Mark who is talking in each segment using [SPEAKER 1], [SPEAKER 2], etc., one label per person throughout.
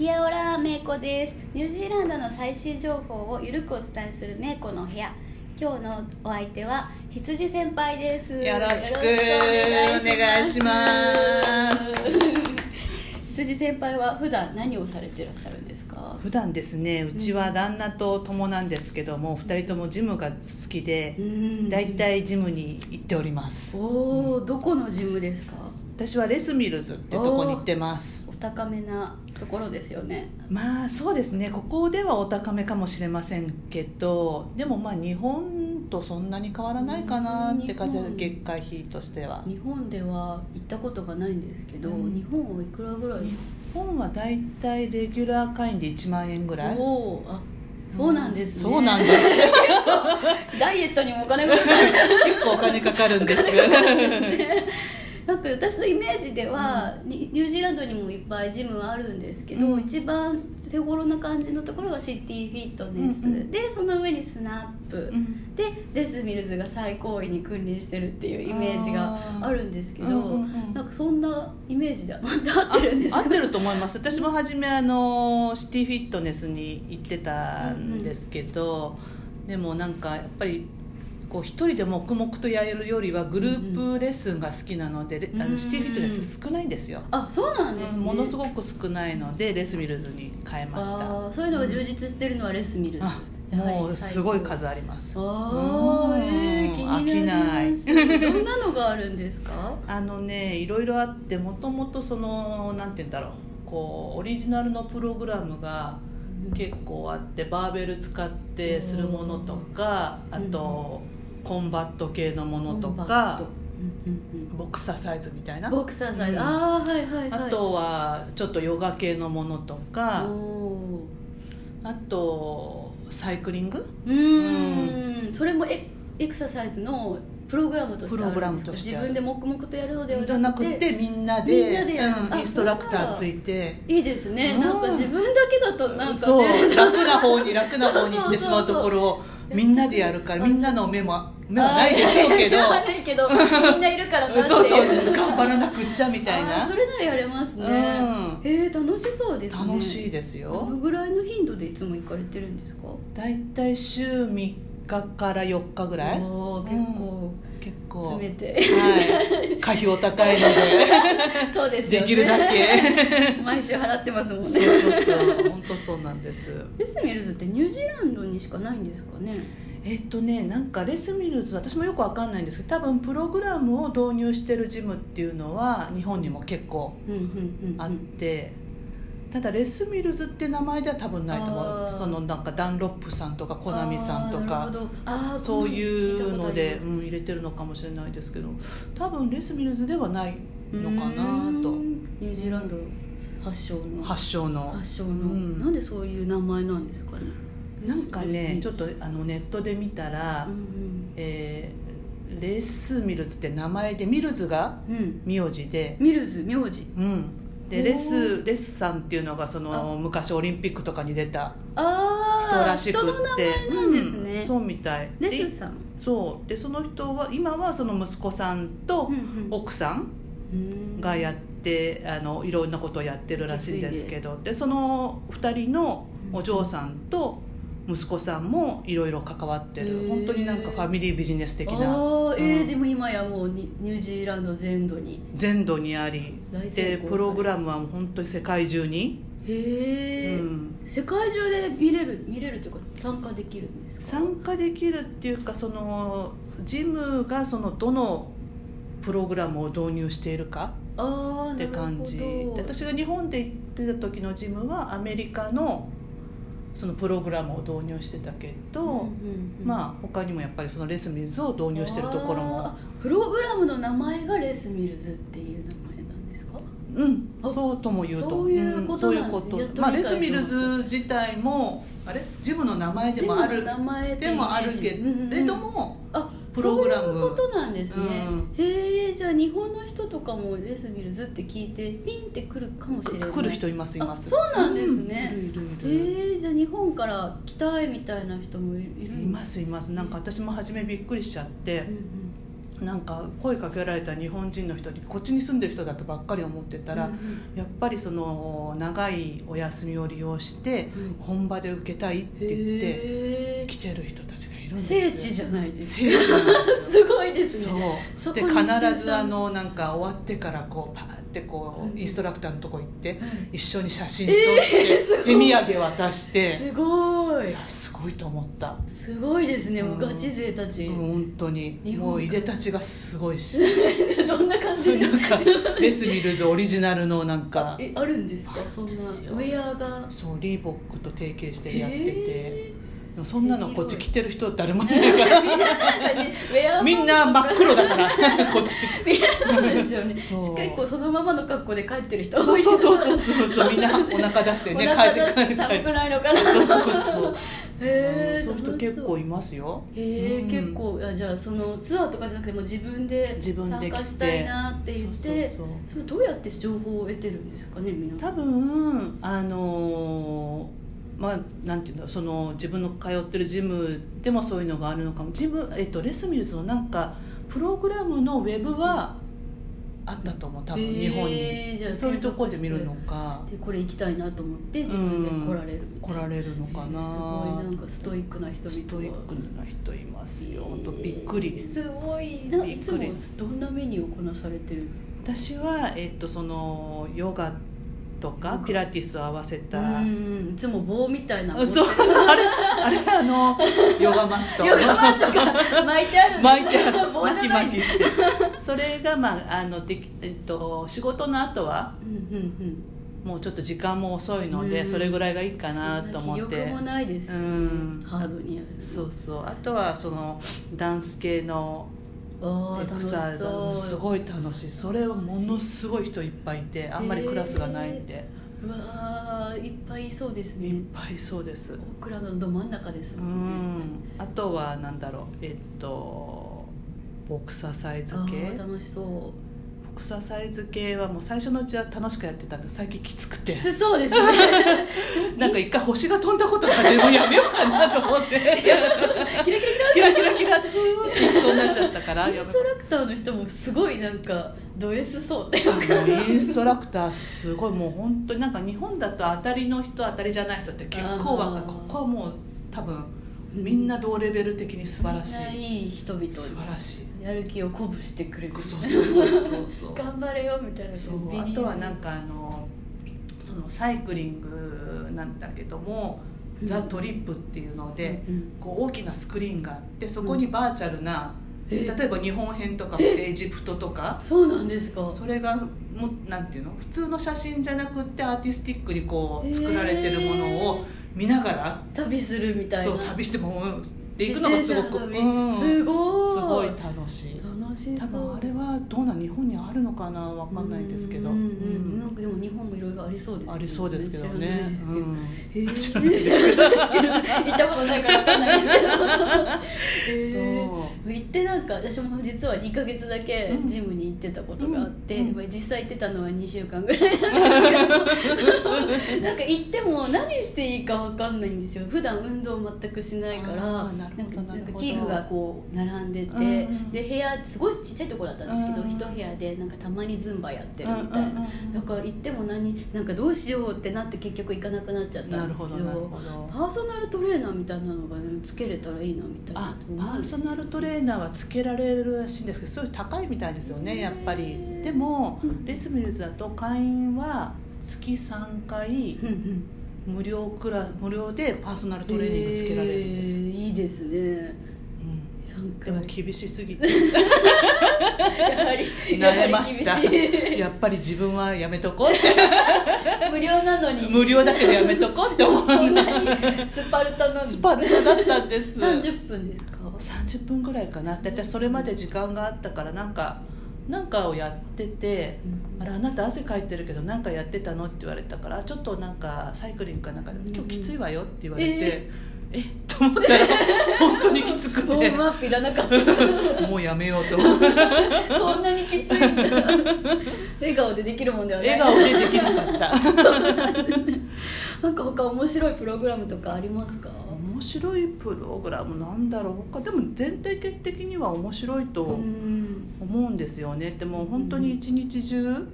[SPEAKER 1] オラメイコですニュージーランドの最新情報をゆるくお伝えするメイコの部屋今日のお相手は羊先輩です
[SPEAKER 2] よろしく
[SPEAKER 1] よろくお
[SPEAKER 2] お願
[SPEAKER 1] 羊先輩は普段何をされてらっしゃるんですか
[SPEAKER 2] 普段ですねうちは旦那と友なんですけども、二人ともジムが好きで
[SPEAKER 1] ん
[SPEAKER 2] 大体ジムに行っております
[SPEAKER 1] おおどこのジムですか
[SPEAKER 2] 私はレスミルズってとこに行ってます
[SPEAKER 1] お高めなところですよね
[SPEAKER 2] まあそうですねここではお高めかもしれませんけどでもまあ日本とそんなに変わらないかなって感じ
[SPEAKER 1] うん
[SPEAKER 2] 月会費としては日
[SPEAKER 1] 日本では行ったことがないんですけど、
[SPEAKER 2] うん
[SPEAKER 1] 日本はいくらぐらい
[SPEAKER 2] 本は大体レギュラー会員で1万円ぐらい
[SPEAKER 1] おおあそうなんですね、
[SPEAKER 2] そうなんです
[SPEAKER 1] ダイエットにもお金がかかる
[SPEAKER 2] 結構お金かかるんですよ
[SPEAKER 1] なんか私のイメージでは、にニュージーランドにもいっぱいジムあるんですけど、
[SPEAKER 2] うん
[SPEAKER 1] 一番手頃な感じのところがシティフィットネス、
[SPEAKER 2] うんうん
[SPEAKER 1] でその上にスナップ、でレス・ミルズが最高位に君臨してるっていうイメージがあるんですけど、
[SPEAKER 2] あーうんうんうん
[SPEAKER 1] なんかそんなイメージでまた合ってるんです
[SPEAKER 2] 合
[SPEAKER 1] か
[SPEAKER 2] ってると思います私も初めあのシティフィットネスに行ってたんですけど、でもなんかやっぱりこう一人で黙々とやるよりはグループレッスンが好きなので、
[SPEAKER 1] うん
[SPEAKER 2] あのシティフィットネス少ないんですよ、
[SPEAKER 1] あそうなんですね、
[SPEAKER 2] ものす
[SPEAKER 1] く
[SPEAKER 2] ごく少ないのでレスミルズに変えました
[SPEAKER 1] あーそういうのが充実してるのはレス・ミルズ、
[SPEAKER 2] あ
[SPEAKER 1] やはり
[SPEAKER 2] もうすごい数
[SPEAKER 1] 最
[SPEAKER 2] あります
[SPEAKER 1] 高あーえー、気になりますどんなのがあるんですか
[SPEAKER 2] あのねいろいろあってもともとそのなんて言うんだろうこうオリジナルのプログラムが結構あってバーベル使ってするものとか
[SPEAKER 1] うん
[SPEAKER 2] あと、コンバット系のものと
[SPEAKER 1] コンバッ
[SPEAKER 2] か
[SPEAKER 1] ト、うんうん
[SPEAKER 2] ボクサーサイズみたい
[SPEAKER 1] うん
[SPEAKER 2] な
[SPEAKER 1] ボクサーサイズ、
[SPEAKER 2] うん
[SPEAKER 1] ああはいはいはい
[SPEAKER 2] あとはちょっとヨガ系のものとか
[SPEAKER 1] お
[SPEAKER 2] あとサイクリング
[SPEAKER 1] ーうーんそれもエエクササイズのプログラムとしてあるんですか
[SPEAKER 2] プログラムとしてあ
[SPEAKER 1] 自分
[SPEAKER 2] る
[SPEAKER 1] で黙々とやるので
[SPEAKER 2] じ
[SPEAKER 1] はな
[SPEAKER 2] ゃな
[SPEAKER 1] くて
[SPEAKER 2] くてみんな
[SPEAKER 1] みんな
[SPEAKER 2] で
[SPEAKER 1] でやる
[SPEAKER 2] うん
[SPEAKER 1] あ
[SPEAKER 2] インストラクターついて。
[SPEAKER 1] いいですね
[SPEAKER 2] うん
[SPEAKER 1] なんか自分だけだとなんかね
[SPEAKER 2] そう
[SPEAKER 1] なんか
[SPEAKER 2] 楽な方に楽な方に行ってしまうところをみんなでやるからみんなの目も目はないでしょう けど
[SPEAKER 1] あーないけどみんないるからなっていう
[SPEAKER 2] そうそう頑張らなくっちゃみたい
[SPEAKER 1] あー
[SPEAKER 2] な
[SPEAKER 1] それならやれますね、
[SPEAKER 2] うん
[SPEAKER 1] えー、楽しそうですね
[SPEAKER 2] 楽しいです
[SPEAKER 1] ど
[SPEAKER 2] よ
[SPEAKER 1] のぐらいの頻度でいつも行かれてるんですか
[SPEAKER 2] 大体週3日から4日ぐらい
[SPEAKER 1] おー結構
[SPEAKER 2] 結構
[SPEAKER 1] 詰め
[SPEAKER 2] は
[SPEAKER 1] て、
[SPEAKER 2] い可費を高いので
[SPEAKER 1] そうですよ
[SPEAKER 2] で
[SPEAKER 1] ね
[SPEAKER 2] きるだけ
[SPEAKER 1] 毎週払ってますもん
[SPEAKER 2] そう
[SPEAKER 1] ね
[SPEAKER 2] そうそう本当そうなんです
[SPEAKER 1] レスミルズってニュージーランドにしかないんですかね
[SPEAKER 2] えっとねなんかレスミルズ私もよくわかんないんですけど多分プログラムを導入してるジムっていうのは日本にも結構
[SPEAKER 1] うんうんうん
[SPEAKER 2] あって、ただレスミルズって名前では多分ないと思
[SPEAKER 1] あー
[SPEAKER 2] うそのなんかダンロップさんとかコナミさんと
[SPEAKER 1] あー
[SPEAKER 2] か
[SPEAKER 1] なるほどあー
[SPEAKER 2] そういうので、
[SPEAKER 1] 聞
[SPEAKER 2] うん、入れてるのかもしれないですけど多分レスミルズではないの
[SPEAKER 1] いたことありま
[SPEAKER 2] か
[SPEAKER 1] す
[SPEAKER 2] な
[SPEAKER 1] うー
[SPEAKER 2] と
[SPEAKER 1] んニュージーランド発祥の
[SPEAKER 2] 発祥の
[SPEAKER 1] 発祥の、
[SPEAKER 2] うん
[SPEAKER 1] なんでそういう名前なんですかね
[SPEAKER 2] なんかねちょっと
[SPEAKER 1] うん
[SPEAKER 2] あのネットで見たら、
[SPEAKER 1] うん
[SPEAKER 2] えーレスミルズって名前でミルズが
[SPEAKER 1] うん
[SPEAKER 2] 名字で
[SPEAKER 1] ミルズ名字
[SPEAKER 2] うんで
[SPEAKER 1] おー
[SPEAKER 2] レスレスさんっていうのがその
[SPEAKER 1] あ
[SPEAKER 2] 昔オリンピックとかに出た
[SPEAKER 1] あ
[SPEAKER 2] 人
[SPEAKER 1] あ
[SPEAKER 2] らしくって
[SPEAKER 1] 人の名前なんですね、
[SPEAKER 2] うんそうみたい
[SPEAKER 1] レ
[SPEAKER 2] で
[SPEAKER 1] スさん
[SPEAKER 2] そうでその人は今はその息子さんと奥さんがやって、あのいろんなことをやってるらしいんですけどでその2人のお嬢さんと息子さんもいろいろ関わって
[SPEAKER 1] へ
[SPEAKER 2] る
[SPEAKER 1] ー
[SPEAKER 2] 本当になんかファミリービジネス的
[SPEAKER 1] あ
[SPEAKER 2] な
[SPEAKER 1] ーえー
[SPEAKER 2] うん
[SPEAKER 1] でも今やもうニニュージーランド全土に
[SPEAKER 2] 全土にあり
[SPEAKER 1] 大成
[SPEAKER 2] で
[SPEAKER 1] 功
[SPEAKER 2] プログラムはもう本当に世界中に、
[SPEAKER 1] へえ、
[SPEAKER 2] うん
[SPEAKER 1] 世界中で見れる見れるというか参加できるんですか
[SPEAKER 2] 参加できるっていうかそのジムがそのどのプログラムを導入しているか
[SPEAKER 1] ああ
[SPEAKER 2] って感じで私が日本で行ってた時のジムはアメリカのそのプログラムを導入してたけど、まあ他にもやっぱりそのレスミルズを導入してるところも
[SPEAKER 1] プログラムの名前がレスミルズっていう名前なんですか
[SPEAKER 2] うん
[SPEAKER 1] あ
[SPEAKER 2] そうとも言うと
[SPEAKER 1] そういうこと
[SPEAKER 2] そういう
[SPEAKER 1] な
[SPEAKER 2] こ
[SPEAKER 1] んですね
[SPEAKER 2] と
[SPEAKER 1] やっと理解
[SPEAKER 2] まあレスミル
[SPEAKER 1] しま
[SPEAKER 2] ズ自体もあれジムの名前でもあ
[SPEAKER 1] ジム
[SPEAKER 2] る
[SPEAKER 1] の名前ってイメー
[SPEAKER 2] で
[SPEAKER 1] ジ
[SPEAKER 2] もあるけれど、も、
[SPEAKER 1] うんうんあ
[SPEAKER 2] プログラム
[SPEAKER 1] そういうことなんですね、
[SPEAKER 2] うん
[SPEAKER 1] へえじゃあ日本の人とかもレスミルズって聞いてピンってくるかもしれない
[SPEAKER 2] 来る人いますいます
[SPEAKER 1] あそうなんですね
[SPEAKER 2] うんいるい
[SPEAKER 1] え
[SPEAKER 2] るいる
[SPEAKER 1] ー、じゃあ日本から来たいみたいな人もいる
[SPEAKER 2] いますいますなんか私も初めびっくりしちゃって
[SPEAKER 1] うん
[SPEAKER 2] なんか声かけられた日本人の人にこっちに住んでる人だとばっかり思ってたら、
[SPEAKER 1] うん
[SPEAKER 2] やっぱりその長いお休みを利用して
[SPEAKER 1] うん
[SPEAKER 2] 本場で受けたいって言って
[SPEAKER 1] へ
[SPEAKER 2] 来てる人たちがいるん
[SPEAKER 1] ー
[SPEAKER 2] ですよ
[SPEAKER 1] 聖地じゃないですか
[SPEAKER 2] 聖地なんです
[SPEAKER 1] す
[SPEAKER 2] よ
[SPEAKER 1] ごいです
[SPEAKER 2] そ
[SPEAKER 1] ね
[SPEAKER 2] う
[SPEAKER 1] そ
[SPEAKER 2] で
[SPEAKER 1] こに石井さん
[SPEAKER 2] 必ずあのなんか終わってからこうパーってこ
[SPEAKER 1] うん
[SPEAKER 2] うインストラクターのとこ行って
[SPEAKER 1] ん
[SPEAKER 2] 一緒に写真撮って手土産渡して
[SPEAKER 1] すご
[SPEAKER 2] い
[SPEAKER 1] い
[SPEAKER 2] やすごいと思った
[SPEAKER 1] すごいですねもう
[SPEAKER 2] うん
[SPEAKER 1] ガチ勢たち、
[SPEAKER 2] うん本当に
[SPEAKER 1] 日本
[SPEAKER 2] もういでたちがすごいし
[SPEAKER 1] どんな感じ
[SPEAKER 2] なん かレスミルズオリジナルのなんか
[SPEAKER 1] えあるんですか
[SPEAKER 2] あ
[SPEAKER 1] そんなウ
[SPEAKER 2] ですよ
[SPEAKER 1] ェアが
[SPEAKER 2] そうリーボックと提携してやってて
[SPEAKER 1] へ
[SPEAKER 2] でもそんなのこっち来てる人誰もいないから
[SPEAKER 1] ウェア
[SPEAKER 2] みんな真っ黒だからこっち
[SPEAKER 1] みんなそうですよね
[SPEAKER 2] そう
[SPEAKER 1] しかもこうそのままの格好で帰ってる人
[SPEAKER 2] そ
[SPEAKER 1] 多
[SPEAKER 2] う
[SPEAKER 1] い
[SPEAKER 2] そうそう
[SPEAKER 1] う
[SPEAKER 2] そうそうそうみんなお腹出してね帰って帰って帰
[SPEAKER 1] 寒
[SPEAKER 2] っ
[SPEAKER 1] く
[SPEAKER 2] て
[SPEAKER 1] ないのかな
[SPEAKER 2] そうそうそう
[SPEAKER 1] へえ
[SPEAKER 2] そういう人結構いますよ
[SPEAKER 1] へえ
[SPEAKER 2] うん
[SPEAKER 1] 結構あじゃあそのツアーとかじゃなくてもう自分で
[SPEAKER 2] 自分で
[SPEAKER 1] 参
[SPEAKER 2] 来て
[SPEAKER 1] 加したいなって言って
[SPEAKER 2] そうそうそう
[SPEAKER 1] それどうやって情報を得てるんですかね皆さん
[SPEAKER 2] 多分あのーまあなんていうんだろうその自分の通ってるジムでもそういうのがあるのかもジム、えっと、レスミルズのなんかプログラムのウェブはあったと思う多分
[SPEAKER 1] へー
[SPEAKER 2] 日本に、
[SPEAKER 1] じゃあ
[SPEAKER 2] そういうとこで見るのか
[SPEAKER 1] でこれ行きたいなと思って自分で来られるみたい
[SPEAKER 2] 来
[SPEAKER 1] な
[SPEAKER 2] られるのかな
[SPEAKER 1] すごいなんかストイックな人々が
[SPEAKER 2] ストイックな人いますよ本当びっくり
[SPEAKER 1] すごいな
[SPEAKER 2] び
[SPEAKER 1] い
[SPEAKER 2] っ
[SPEAKER 1] つ
[SPEAKER 2] く
[SPEAKER 1] も
[SPEAKER 2] り
[SPEAKER 1] どんなメニューをこなされてる
[SPEAKER 2] 私は、えっと、そのヨガと
[SPEAKER 1] ヨ
[SPEAKER 2] か
[SPEAKER 1] ガ
[SPEAKER 2] ピラティスを合わせた
[SPEAKER 1] うんいつも棒みたいな
[SPEAKER 2] そうあれあれあのヨガマット
[SPEAKER 1] ヨガマットが巻いてあるん
[SPEAKER 2] 巻いてある
[SPEAKER 1] 棒じ
[SPEAKER 2] 巻
[SPEAKER 1] ゃ
[SPEAKER 2] き
[SPEAKER 1] ない
[SPEAKER 2] 巻きしてそれが、まああのできえっと、仕事の後は
[SPEAKER 1] うんうん
[SPEAKER 2] もうちょっと時間も遅いので、
[SPEAKER 1] うん
[SPEAKER 2] それぐらいがいいか
[SPEAKER 1] うん
[SPEAKER 2] なと思っ
[SPEAKER 1] そんな
[SPEAKER 2] て
[SPEAKER 1] 記憶もないですよね
[SPEAKER 2] うん
[SPEAKER 1] ハードにやる
[SPEAKER 2] そうそうあとはそのダンス系の
[SPEAKER 1] ああ
[SPEAKER 2] エ
[SPEAKER 1] 楽
[SPEAKER 2] ク
[SPEAKER 1] し
[SPEAKER 2] ササイズ
[SPEAKER 1] そう
[SPEAKER 2] すごい楽しいそれはものすごい人いっぱいいてあんまりクラスがないんで、
[SPEAKER 1] うわあいっぱいいそうです
[SPEAKER 2] い
[SPEAKER 1] ね
[SPEAKER 2] っぱいそうです
[SPEAKER 1] オクラのど真ん中です
[SPEAKER 2] う
[SPEAKER 1] もんね
[SPEAKER 2] んあとはなんだろうえっとボクサーサイズ
[SPEAKER 1] あ
[SPEAKER 2] 系
[SPEAKER 1] ー楽しそう
[SPEAKER 2] ボクサーサイズ系はもう最初のうちは楽しくやってたんで最近きつくて
[SPEAKER 1] きつそうですね
[SPEAKER 2] なんか一回星が飛んだことがあって自分やめようかなと思って
[SPEAKER 1] キラキラ
[SPEAKER 2] キラキラキラってふーって行きそうになっちゃったから
[SPEAKER 1] イン
[SPEAKER 2] や
[SPEAKER 1] ス
[SPEAKER 2] め
[SPEAKER 1] トラクターの人もすごいなんかド S そうっていうか
[SPEAKER 2] あのインストラクターすごいもう本当になんか日本だと当たりの人当たりじゃない人って結構分か
[SPEAKER 1] あー
[SPEAKER 2] ここはもう多分みんな同レベル的に素晴らし
[SPEAKER 1] みんないいい人々
[SPEAKER 2] 素晴らしい
[SPEAKER 1] やる気を鼓舞してくれる
[SPEAKER 2] そうそうそうそうそう
[SPEAKER 1] 頑張れよみたいな
[SPEAKER 2] そうあとはなんかあのそのサイクリングなんだけども、
[SPEAKER 1] うん
[SPEAKER 2] ザ・トリップっていうので、
[SPEAKER 1] うんうん
[SPEAKER 2] こう大きなスクリーンがあってそこにバーチャルな、
[SPEAKER 1] え
[SPEAKER 2] 例えば日本編とかエジプトとか
[SPEAKER 1] そうなんですか
[SPEAKER 2] それがもうなんていうの普通の写真じゃなくってアーティスティックにこ
[SPEAKER 1] へ
[SPEAKER 2] う
[SPEAKER 1] ー
[SPEAKER 2] 作られてるものを見ながら、
[SPEAKER 1] 旅するみたいな
[SPEAKER 2] そう旅してもうんで行くのがすごく、
[SPEAKER 1] 自転車の
[SPEAKER 2] うん
[SPEAKER 1] 旅
[SPEAKER 2] す
[SPEAKER 1] すごい
[SPEAKER 2] ごい楽しい。
[SPEAKER 1] 楽しそう
[SPEAKER 2] 多分あれはどうなん日本にあるのかなわかんないですけど、
[SPEAKER 1] うんうんうん
[SPEAKER 2] うん
[SPEAKER 1] なんかでも日本もいろいろありそうですね
[SPEAKER 2] ありそうですけどね。
[SPEAKER 1] 知らないです
[SPEAKER 2] 知
[SPEAKER 1] けど
[SPEAKER 2] らない
[SPEAKER 1] へ
[SPEAKER 2] で
[SPEAKER 1] ー
[SPEAKER 2] す
[SPEAKER 1] 知らないですけど 行ったことないからわかんないですけどへー
[SPEAKER 2] そ
[SPEAKER 1] 行ってなんか私も実は2ヶ月だけ
[SPEAKER 2] うん
[SPEAKER 1] ジムに行ってたことがあって、
[SPEAKER 2] うんうん
[SPEAKER 1] まあ実際行ってたのは2週間ぐらいなん ですけどなんか行っても何していいか分かんないんですよ普段運動全くしないから
[SPEAKER 2] あー
[SPEAKER 1] な
[SPEAKER 2] なんる
[SPEAKER 1] かな
[SPEAKER 2] ほど
[SPEAKER 1] んか
[SPEAKER 2] なるほど
[SPEAKER 1] 器具がこう並んでて、
[SPEAKER 2] うんうん
[SPEAKER 1] で部屋すごいちっちゃいところだったんですけど、
[SPEAKER 2] うん
[SPEAKER 1] 一部屋でなんかたまにズンバやってるみたいな、だ
[SPEAKER 2] う。
[SPEAKER 1] から行っても何なんかどうしようってなって結局行かなくなっちゃった
[SPEAKER 2] なんる
[SPEAKER 1] です
[SPEAKER 2] ほ
[SPEAKER 1] けど
[SPEAKER 2] どなるほど。
[SPEAKER 1] パーソナルトレーナーみたいなのが、ね、つけれたらいいなみたい
[SPEAKER 2] あ
[SPEAKER 1] な、
[SPEAKER 2] パーソナルトレーナーはつけられるらしいんですけど、すごい高いみたいですよね、やっぱり。でも
[SPEAKER 1] うん、
[SPEAKER 2] レスミルズだと会員は月3回
[SPEAKER 1] うんうん
[SPEAKER 2] 無料クラ無料でパーソナルトレーニングつけられるんです。
[SPEAKER 1] えーいいですね
[SPEAKER 2] うん
[SPEAKER 1] 3
[SPEAKER 2] で
[SPEAKER 1] 回
[SPEAKER 2] も厳しすぎて
[SPEAKER 1] やはり
[SPEAKER 2] 慣れました。
[SPEAKER 1] やはり厳し
[SPEAKER 2] やっぱり自分はやめとこうって、
[SPEAKER 1] い無料なのに
[SPEAKER 2] 無料だけどやめとこうって思
[SPEAKER 1] そん
[SPEAKER 2] う。
[SPEAKER 1] なにスパルタなの
[SPEAKER 2] スパルタだったんです。
[SPEAKER 1] 30分ですか
[SPEAKER 2] 30分ぐらいかな大体それまで時間があったからなんかなんかをやってて「あれあなた汗かいてるけど何かやってたの?」って言われたからあ「ちょっとなんかサイクリングかなんかで
[SPEAKER 1] うんうん
[SPEAKER 2] 今日きついわよ」って言われて「えっ?」と思ったら本当にきつく
[SPEAKER 1] フォ
[SPEAKER 2] て
[SPEAKER 1] ームアップいらなかった
[SPEAKER 2] もうやめようと思って
[SPEAKER 1] そんなにきついんだ笑顔でできるもんではない
[SPEAKER 2] 笑顔でできなかった
[SPEAKER 1] なんか他面白いプログラムとかありますか
[SPEAKER 2] 面白いプログラムなんだろうかでも全体的には面白いと
[SPEAKER 1] うん
[SPEAKER 2] 思うんですよねでも本当に一日中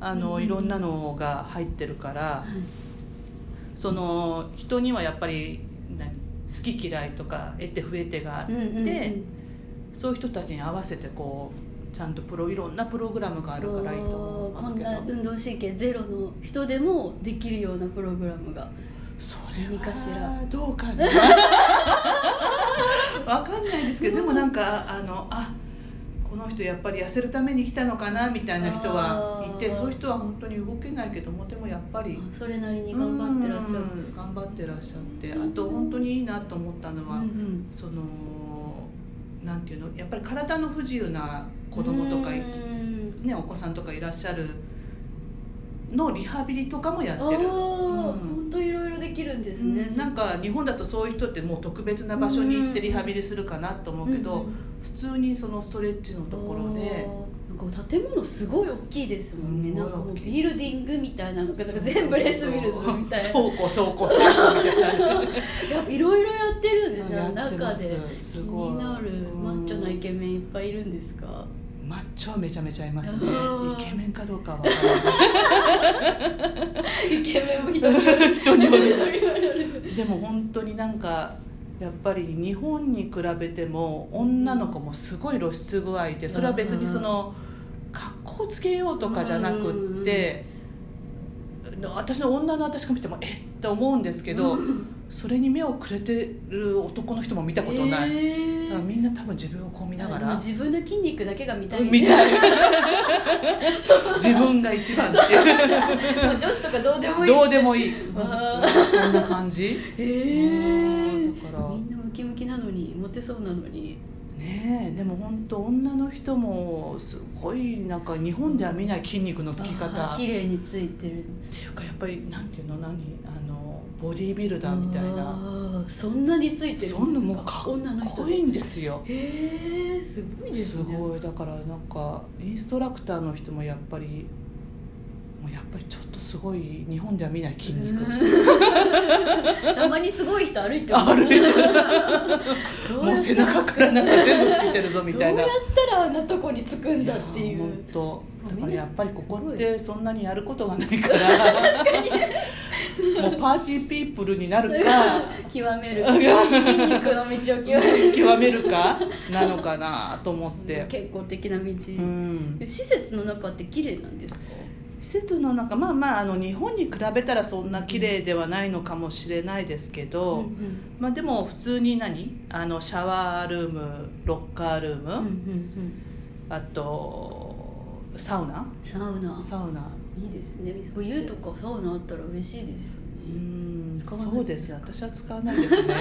[SPEAKER 2] あ
[SPEAKER 1] う
[SPEAKER 2] の
[SPEAKER 1] ん
[SPEAKER 2] いろんなのが入ってるから
[SPEAKER 1] はい
[SPEAKER 2] その人にはやっぱり何好き嫌いとか得て増えてがあって、
[SPEAKER 1] うんうんうん
[SPEAKER 2] そういう人たちに合わせてこうちゃんとプロいろんなプログラムがあるからいいと思いますけど
[SPEAKER 1] おーこんな運動神経ゼロの人でもできるようなプログラムが
[SPEAKER 2] そ
[SPEAKER 1] 何かしら
[SPEAKER 2] どう かなわかんないですけどでもなんかあのあこの人やっぱり痩せるために来たのかなみたいな人はい
[SPEAKER 1] あ
[SPEAKER 2] て
[SPEAKER 1] ー
[SPEAKER 2] そういう人は本当に動けないけどもでもやっぱり
[SPEAKER 1] それなりに頑張ってらっしゃる
[SPEAKER 2] うん頑張ってらっしゃってあと本当にいいなと思ったのは、
[SPEAKER 1] うん
[SPEAKER 2] そのなんていうのやっぱり体の不自由な子供とかい、
[SPEAKER 1] うん
[SPEAKER 2] ね、お子さんとかいらっしゃるのリハビリとかもや
[SPEAKER 1] あ
[SPEAKER 2] っ
[SPEAKER 1] あ
[SPEAKER 2] てる。うん
[SPEAKER 1] 本当いろいろできるんですね、
[SPEAKER 2] なんか日本だとそういう人ってもう特別な場所に行ってリハビリするかなと思うけど、
[SPEAKER 1] うんうん
[SPEAKER 2] 普通にそのストレッチのところで
[SPEAKER 1] あーなんか建物すごい大きいですもんね
[SPEAKER 2] す
[SPEAKER 1] な
[SPEAKER 2] ごい大
[SPEAKER 1] ん
[SPEAKER 2] き
[SPEAKER 1] か
[SPEAKER 2] い
[SPEAKER 1] もうビルディングみたいなのがなんか全部レスミルズみたいな
[SPEAKER 2] そうそうそう倉庫倉庫倉庫みたいな
[SPEAKER 1] いやいろいろやってるんですよ
[SPEAKER 2] やってま
[SPEAKER 1] 中
[SPEAKER 2] す
[SPEAKER 1] です 気
[SPEAKER 2] ごい
[SPEAKER 1] になるマッチョなイケメンいっぱいいるんです か
[SPEAKER 2] マッチョはめちゃめちゃいますね
[SPEAKER 1] うん
[SPEAKER 2] イケメンかどうかは分から
[SPEAKER 1] イケメンも 人によ
[SPEAKER 2] ない人による
[SPEAKER 1] る
[SPEAKER 2] でも本当になんかやっぱり日本に比べても女の子もすごい露出具合でそれは別にその格好つけようとかじゃなくって私の女の私が見てもえっと思うんですけどそれに目をくれてる男の人も見たことない、
[SPEAKER 1] えー
[SPEAKER 2] だからみんな多分自分をこう見なが
[SPEAKER 1] あでも
[SPEAKER 2] ら
[SPEAKER 1] 自分の筋肉だけが見たい
[SPEAKER 2] 見
[SPEAKER 1] い
[SPEAKER 2] たい 自分が一番っていう
[SPEAKER 1] な 女子とかどうでもいい
[SPEAKER 2] どうでもいい
[SPEAKER 1] わ
[SPEAKER 2] そんな感じ
[SPEAKER 1] えー、
[SPEAKER 2] だから
[SPEAKER 1] みんなムキムキなのにモテそうなのに
[SPEAKER 2] ねえでも本当女の人もすごいなんか日本では見ない筋肉のつき
[SPEAKER 1] あ
[SPEAKER 2] 方
[SPEAKER 1] ー
[SPEAKER 2] っ
[SPEAKER 1] 綺麗についてる
[SPEAKER 2] ていうかやっぱりなんていうの何あのボディービルダーみたいな
[SPEAKER 1] あーそんなについてる
[SPEAKER 2] そんなもうか
[SPEAKER 1] 女の
[SPEAKER 2] っ
[SPEAKER 1] 人
[SPEAKER 2] こいいんですよ
[SPEAKER 1] へえすごいです
[SPEAKER 2] す
[SPEAKER 1] ね
[SPEAKER 2] ごいだからなんかインストラクターの人もやっぱりもうやっぱりちょっとすごい日本では見ない筋肉
[SPEAKER 1] たまにすごい人歩いて
[SPEAKER 2] ある
[SPEAKER 1] どう
[SPEAKER 2] も
[SPEAKER 1] や
[SPEAKER 2] う
[SPEAKER 1] っ
[SPEAKER 2] 背中からなんか全部ついてるぞみたいな
[SPEAKER 1] どうやったらあんなとこにつくんだっていう
[SPEAKER 2] や本当だからやっぱりここっ
[SPEAKER 1] すご
[SPEAKER 2] てそんなにやることがないからもうパーティーピープルになる か
[SPEAKER 1] 極める筋肉の道を極める
[SPEAKER 2] 極めるかなのかなと思って、
[SPEAKER 1] 健康的な道、
[SPEAKER 2] うん、
[SPEAKER 1] 施設の中って綺麗なんですか
[SPEAKER 2] 施設の中まあまああの日本に比べたらそんな綺麗ではないのかもしれないですけど、
[SPEAKER 1] うんうん
[SPEAKER 2] まあ、でも普通に何あのシャワールームロッカールーム、
[SPEAKER 1] うんうんうん
[SPEAKER 2] あとサウナ
[SPEAKER 1] サウナ
[SPEAKER 2] サウナ
[SPEAKER 1] いいですね冬とかサウナあったら嬉しいですよ
[SPEAKER 2] う
[SPEAKER 1] ね
[SPEAKER 2] ん
[SPEAKER 1] 使わない
[SPEAKER 2] そうです私は使わないですね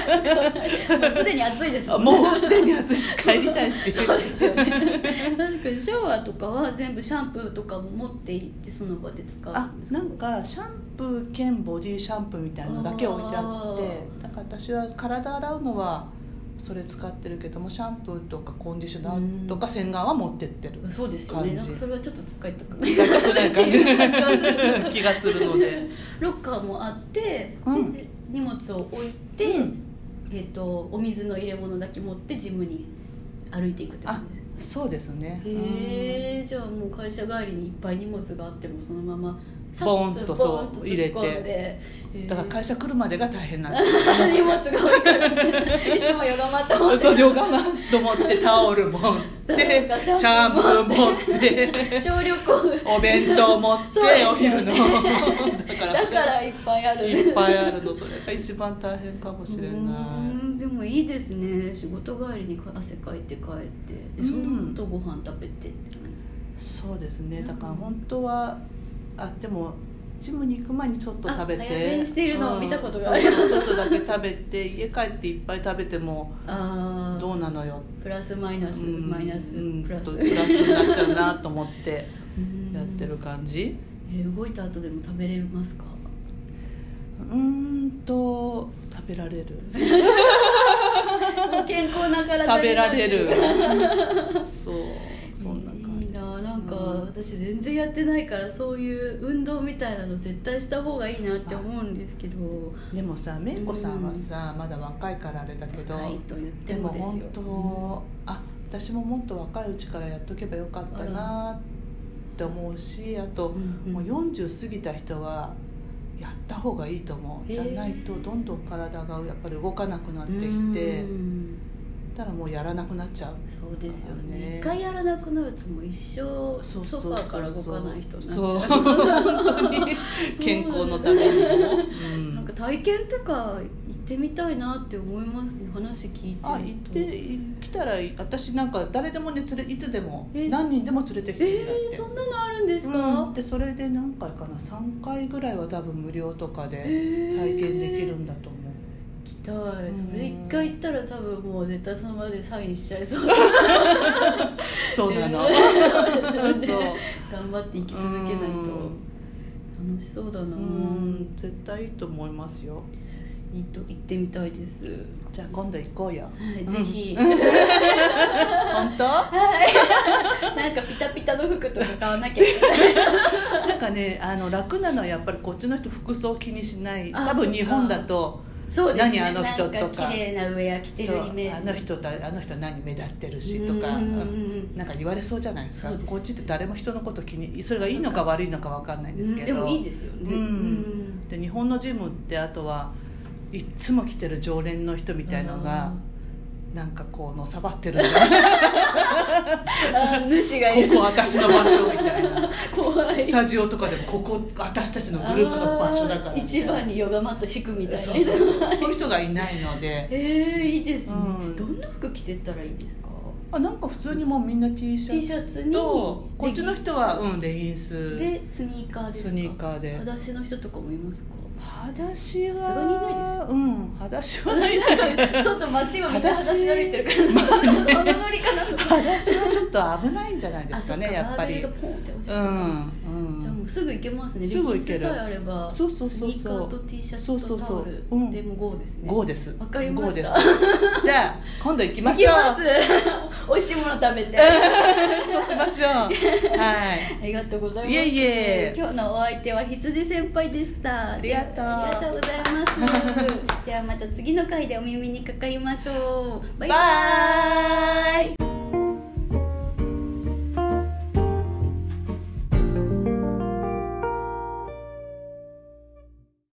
[SPEAKER 1] もうすでに暑いです
[SPEAKER 2] あ
[SPEAKER 1] もんね
[SPEAKER 2] もうすでに暑いし帰りたいし
[SPEAKER 1] そうですよねなんかシャワーとかは全部シャンプーとかも持って行ってその場で使
[SPEAKER 2] あ
[SPEAKER 1] うんですか
[SPEAKER 2] なんかシャンプー兼ボディシャンプーみたいなのだけ置いてあってだから私は体洗うのはそれ使ってるけどもシャンプーとかコンディショナーとか洗顔は持ってってる
[SPEAKER 1] そうですよね
[SPEAKER 2] 感
[SPEAKER 1] な
[SPEAKER 2] じ
[SPEAKER 1] んかそれはちょっと使いたくない
[SPEAKER 2] 使いたくない感じ
[SPEAKER 1] 感じ
[SPEAKER 2] 気がするので
[SPEAKER 1] ロッカーもあって、
[SPEAKER 2] うん
[SPEAKER 1] で荷物を置いて、
[SPEAKER 2] うん
[SPEAKER 1] えっとお水の入れ物だけ持ってジムに歩いていくって感じです
[SPEAKER 2] そうですね
[SPEAKER 1] へえじゃあもう会社帰りにいっぱい荷物があってもそのままさっ
[SPEAKER 2] ボーンとそう
[SPEAKER 1] ボーンと突っ込んで
[SPEAKER 2] 入れて
[SPEAKER 1] へ
[SPEAKER 2] う
[SPEAKER 1] え
[SPEAKER 2] んだから会社来るまでが大変なん
[SPEAKER 1] 荷物が多いからいつもヨガマット持って
[SPEAKER 2] そうヨガマット持ってタオル持ってシ
[SPEAKER 1] そう
[SPEAKER 2] ャ
[SPEAKER 1] か
[SPEAKER 2] ンプー持って
[SPEAKER 1] 小旅行
[SPEAKER 2] お弁当持っ
[SPEAKER 1] そうです
[SPEAKER 2] て
[SPEAKER 1] よ
[SPEAKER 2] お昼のだから
[SPEAKER 1] だ
[SPEAKER 2] それ
[SPEAKER 1] からいっぱいある
[SPEAKER 2] いっぱいあるのそれが一番大変かもしれないう
[SPEAKER 1] ーんでもいいですね仕事帰りに汗かいて帰ってでその後ご飯食べてって感
[SPEAKER 2] そうですねだから本当はあでもジムに行く前にちょっと食べ
[SPEAKER 1] あ
[SPEAKER 2] て
[SPEAKER 1] 早弁しているのを
[SPEAKER 2] うん
[SPEAKER 1] 見たことがあります
[SPEAKER 2] そうちょっとだけ食べて家帰っていっぱい食べても
[SPEAKER 1] じ、あ
[SPEAKER 2] ど
[SPEAKER 1] あ
[SPEAKER 2] うなのよ
[SPEAKER 1] プラスマイナス
[SPEAKER 2] うん
[SPEAKER 1] マイナス
[SPEAKER 2] うん
[SPEAKER 1] プラス
[SPEAKER 2] とプラスになっちゃうなと思ってやってる感じ
[SPEAKER 1] うんえ動いた後でも食べれます か
[SPEAKER 2] うーんと食べられる
[SPEAKER 1] 健康な体に
[SPEAKER 2] 食べられるそうそんな感
[SPEAKER 1] いい
[SPEAKER 2] じ
[SPEAKER 1] ななんか、
[SPEAKER 2] う
[SPEAKER 1] 私全然やってないからそういう運動みたいなの絶対した方がいいなって思うんですけど
[SPEAKER 2] でもさめいこさんはさ、まだ若いからあれだけど
[SPEAKER 1] はいと言って
[SPEAKER 2] でも
[SPEAKER 1] もですよ
[SPEAKER 2] 本当、あ私ももっと若いうちからやっとけばよかったなって思うしあと、
[SPEAKER 1] うんうん
[SPEAKER 2] もう40過ぎた人はやった方がいいと思う、
[SPEAKER 1] へえ
[SPEAKER 2] じゃないとどんどん体がやっぱり動かなくなってきて、
[SPEAKER 1] うん
[SPEAKER 2] たらもうやらなくなっ ちゃう
[SPEAKER 1] そうですよね
[SPEAKER 2] ね
[SPEAKER 1] 一回やらなくなるともう一生ソ
[SPEAKER 2] そう
[SPEAKER 1] フ
[SPEAKER 2] そうそうそう
[SPEAKER 1] ァーから動かない人になっちゃう
[SPEAKER 2] そう 本当に健康のためにも、うん
[SPEAKER 1] なんか体験とか行ってみたいなって思いますね話聞いてると
[SPEAKER 2] あ行って行来たらいい私なんか誰でもね連れいつでも
[SPEAKER 1] え
[SPEAKER 2] 何人でも連れてきていただい
[SPEAKER 1] え
[SPEAKER 2] て
[SPEAKER 1] ー、そんなのあるんですか、
[SPEAKER 2] うんでそれで何回かな3回ぐらいは多分無料とか
[SPEAKER 1] え
[SPEAKER 2] で
[SPEAKER 1] ー
[SPEAKER 2] 体験できるんだと思う、
[SPEAKER 1] 行きたいそれ
[SPEAKER 2] う
[SPEAKER 1] 一
[SPEAKER 2] ん
[SPEAKER 1] 回行ったら多分もう絶対その場でサインしちゃいそう
[SPEAKER 2] そう なの、
[SPEAKER 1] そう
[SPEAKER 2] そう
[SPEAKER 1] 頑張って生き続けないと楽しそうだな
[SPEAKER 2] うんうん絶対いいと思いますよ
[SPEAKER 1] いいと行ってみたいですは
[SPEAKER 2] じゃあ今度行こうよ
[SPEAKER 1] いぜ ひ、
[SPEAKER 2] 本 当
[SPEAKER 1] なんかピタピタの服とか買わなきゃいけない
[SPEAKER 2] なんかねあの楽なのはやっぱりこっちの人服装気にしない
[SPEAKER 1] あ
[SPEAKER 2] 多分日本だと
[SPEAKER 1] そうですね
[SPEAKER 2] 何あの人とか
[SPEAKER 1] なんか綺麗なウェア着て
[SPEAKER 2] そ
[SPEAKER 1] る
[SPEAKER 2] う
[SPEAKER 1] イメー
[SPEAKER 2] あ
[SPEAKER 1] ジ
[SPEAKER 2] の人だあの人何目立ってるし
[SPEAKER 1] うん
[SPEAKER 2] とか
[SPEAKER 1] うんうん
[SPEAKER 2] うんなんか言われそうじゃないですか
[SPEAKER 1] そうです
[SPEAKER 2] こっちって誰も人のこと気にそれがいいのか悪いのか分かんないんですけど
[SPEAKER 1] うんでもいいですよね、
[SPEAKER 2] うんで日本のジムってあとはいっつも来てる常連の人みたいのがなんかこうのさばっ てるんだよ
[SPEAKER 1] あー主がいる
[SPEAKER 2] ここ私の場所みたいな
[SPEAKER 1] 怖い
[SPEAKER 2] スタジオとかでもここ私たちのグループの場所だから
[SPEAKER 1] あー一番にヨガマット敷くみたいな
[SPEAKER 2] そうそう そうそういう人がいないので
[SPEAKER 1] えー、いいですね、
[SPEAKER 2] うん
[SPEAKER 1] どんな服着てったらいいですか
[SPEAKER 2] あなんか普通にもうみんな T シ
[SPEAKER 1] T シ
[SPEAKER 2] ャ
[SPEAKER 1] ャツ
[SPEAKER 2] ツ
[SPEAKER 1] に
[SPEAKER 2] とこっちの人は
[SPEAKER 1] レ
[SPEAKER 2] うんレイン
[SPEAKER 1] ギン
[SPEAKER 2] ス
[SPEAKER 1] スでスニーカーですか
[SPEAKER 2] スニーカーで
[SPEAKER 1] 裸足の人とかもい ますか
[SPEAKER 2] 裸足は
[SPEAKER 1] さすがにいないです
[SPEAKER 2] うん裸足 はない
[SPEAKER 1] ちょっと街はみんな裸足で歩いてるから あのノリ かな
[SPEAKER 2] 裸足はちょっと危ないんじゃないで
[SPEAKER 1] あ
[SPEAKER 2] す
[SPEAKER 1] そ
[SPEAKER 2] か
[SPEAKER 1] っか
[SPEAKER 2] ねやっぱ
[SPEAKER 1] バ
[SPEAKER 2] り
[SPEAKER 1] ーベルがポンって落ちて
[SPEAKER 2] う
[SPEAKER 1] るから
[SPEAKER 2] んうん
[SPEAKER 1] じゃあもうすぐ行けますね
[SPEAKER 2] すぐ行け
[SPEAKER 1] レギン
[SPEAKER 2] る
[SPEAKER 1] スさえあれば
[SPEAKER 2] そうそうそうそう
[SPEAKER 1] スニーカーと T シャツ
[SPEAKER 2] そうそ
[SPEAKER 1] と
[SPEAKER 2] うそう
[SPEAKER 1] タオル
[SPEAKER 2] うん
[SPEAKER 1] でも GO ですね
[SPEAKER 2] ゴーです。
[SPEAKER 1] わかりました
[SPEAKER 2] ゴ ー です。じゃあ今度行きましょう。
[SPEAKER 1] 行きます 美味しいもの食べて
[SPEAKER 2] そうしましょ う。はい。
[SPEAKER 1] ありがとうございます。
[SPEAKER 2] いえいえ
[SPEAKER 1] 今日のお相手は羊先輩でした。
[SPEAKER 2] ありがとう
[SPEAKER 1] あ りがとうございます。ではまた次の回でお耳にかかりましょう。バイバイ。
[SPEAKER 2] バイ